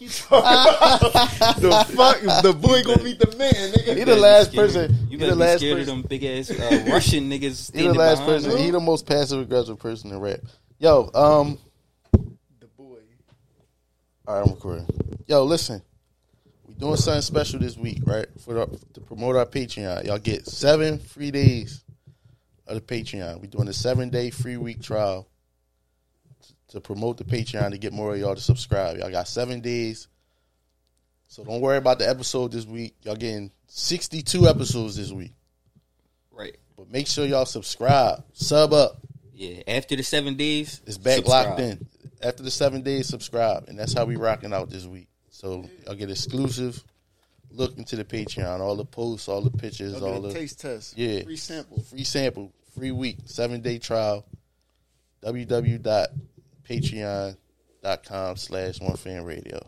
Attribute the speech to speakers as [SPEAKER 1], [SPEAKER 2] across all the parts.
[SPEAKER 1] you talking about? the fuck, the boy gonna meet the man, nigga.
[SPEAKER 2] You
[SPEAKER 1] He
[SPEAKER 2] the
[SPEAKER 1] the,
[SPEAKER 2] be
[SPEAKER 1] last
[SPEAKER 2] scared.
[SPEAKER 1] person. He
[SPEAKER 2] You better
[SPEAKER 1] the
[SPEAKER 2] be
[SPEAKER 1] last
[SPEAKER 2] scared
[SPEAKER 1] person.
[SPEAKER 2] of them big ass uh, Russian niggas.
[SPEAKER 1] He
[SPEAKER 2] standing
[SPEAKER 1] the last
[SPEAKER 2] behind
[SPEAKER 1] person.
[SPEAKER 2] them.
[SPEAKER 1] He the most passive aggressive person in rap. Yo, um,
[SPEAKER 3] The boy.
[SPEAKER 1] all right, I'm recording. Yo, listen, we doing something special this week, right? For the, to promote our Patreon, y'all get seven free days of the Patreon. We doing a seven day free week trial t- to promote the Patreon to get more of y'all to subscribe. Y'all got seven days. So don't worry about the episode this week. Y'all getting 62 episodes this week.
[SPEAKER 2] Right.
[SPEAKER 1] But make sure y'all subscribe, sub up.
[SPEAKER 2] Yeah. After the seven days,
[SPEAKER 1] It's back
[SPEAKER 2] subscribe.
[SPEAKER 1] locked in. After the seven days, subscribe, and that's how we rocking out this week. So y'all get exclusive look into the Patreon, all the posts, all the pictures,
[SPEAKER 3] I'll
[SPEAKER 1] all
[SPEAKER 3] get a
[SPEAKER 1] the
[SPEAKER 3] taste test.
[SPEAKER 1] yeah,
[SPEAKER 3] Free sample.
[SPEAKER 1] free sample, free week, seven day trial. www.patreon.com slash one fan radio.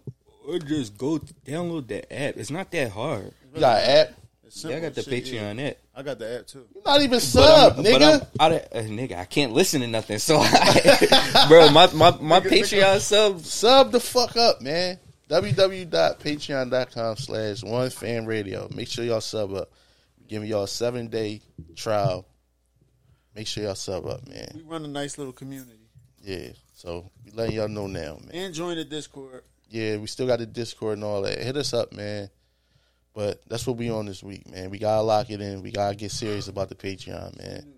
[SPEAKER 2] Or just go download the app. It's not that hard.
[SPEAKER 1] You got an app?
[SPEAKER 3] It's
[SPEAKER 2] Yeah, I got the
[SPEAKER 3] simple shit, yeah.
[SPEAKER 2] Patreon app.
[SPEAKER 3] I got the app too.
[SPEAKER 1] You're not even sub,
[SPEAKER 2] I'm-
[SPEAKER 1] nigga.
[SPEAKER 2] I'm out of, uh, nigga, I can't listen to nothing. So, I, bro, my my, my
[SPEAKER 3] Nigga, nigga.
[SPEAKER 2] Patreon sub
[SPEAKER 1] Sub the fuck up, man. www.patreon.com slash one fan radio. Make sure y'all sub up. Give me y'all a seven day trial. Make sure y'all sub up, man.
[SPEAKER 3] We run a nice little community.
[SPEAKER 1] Yeah. So we letting y'all know now, man.
[SPEAKER 3] And join the Discord.
[SPEAKER 1] Yeah, we still got the Discord and all that. Hit us up, man. But that's what we on this week, man. We gotta lock it in. We gotta get serious about the Patreon, man.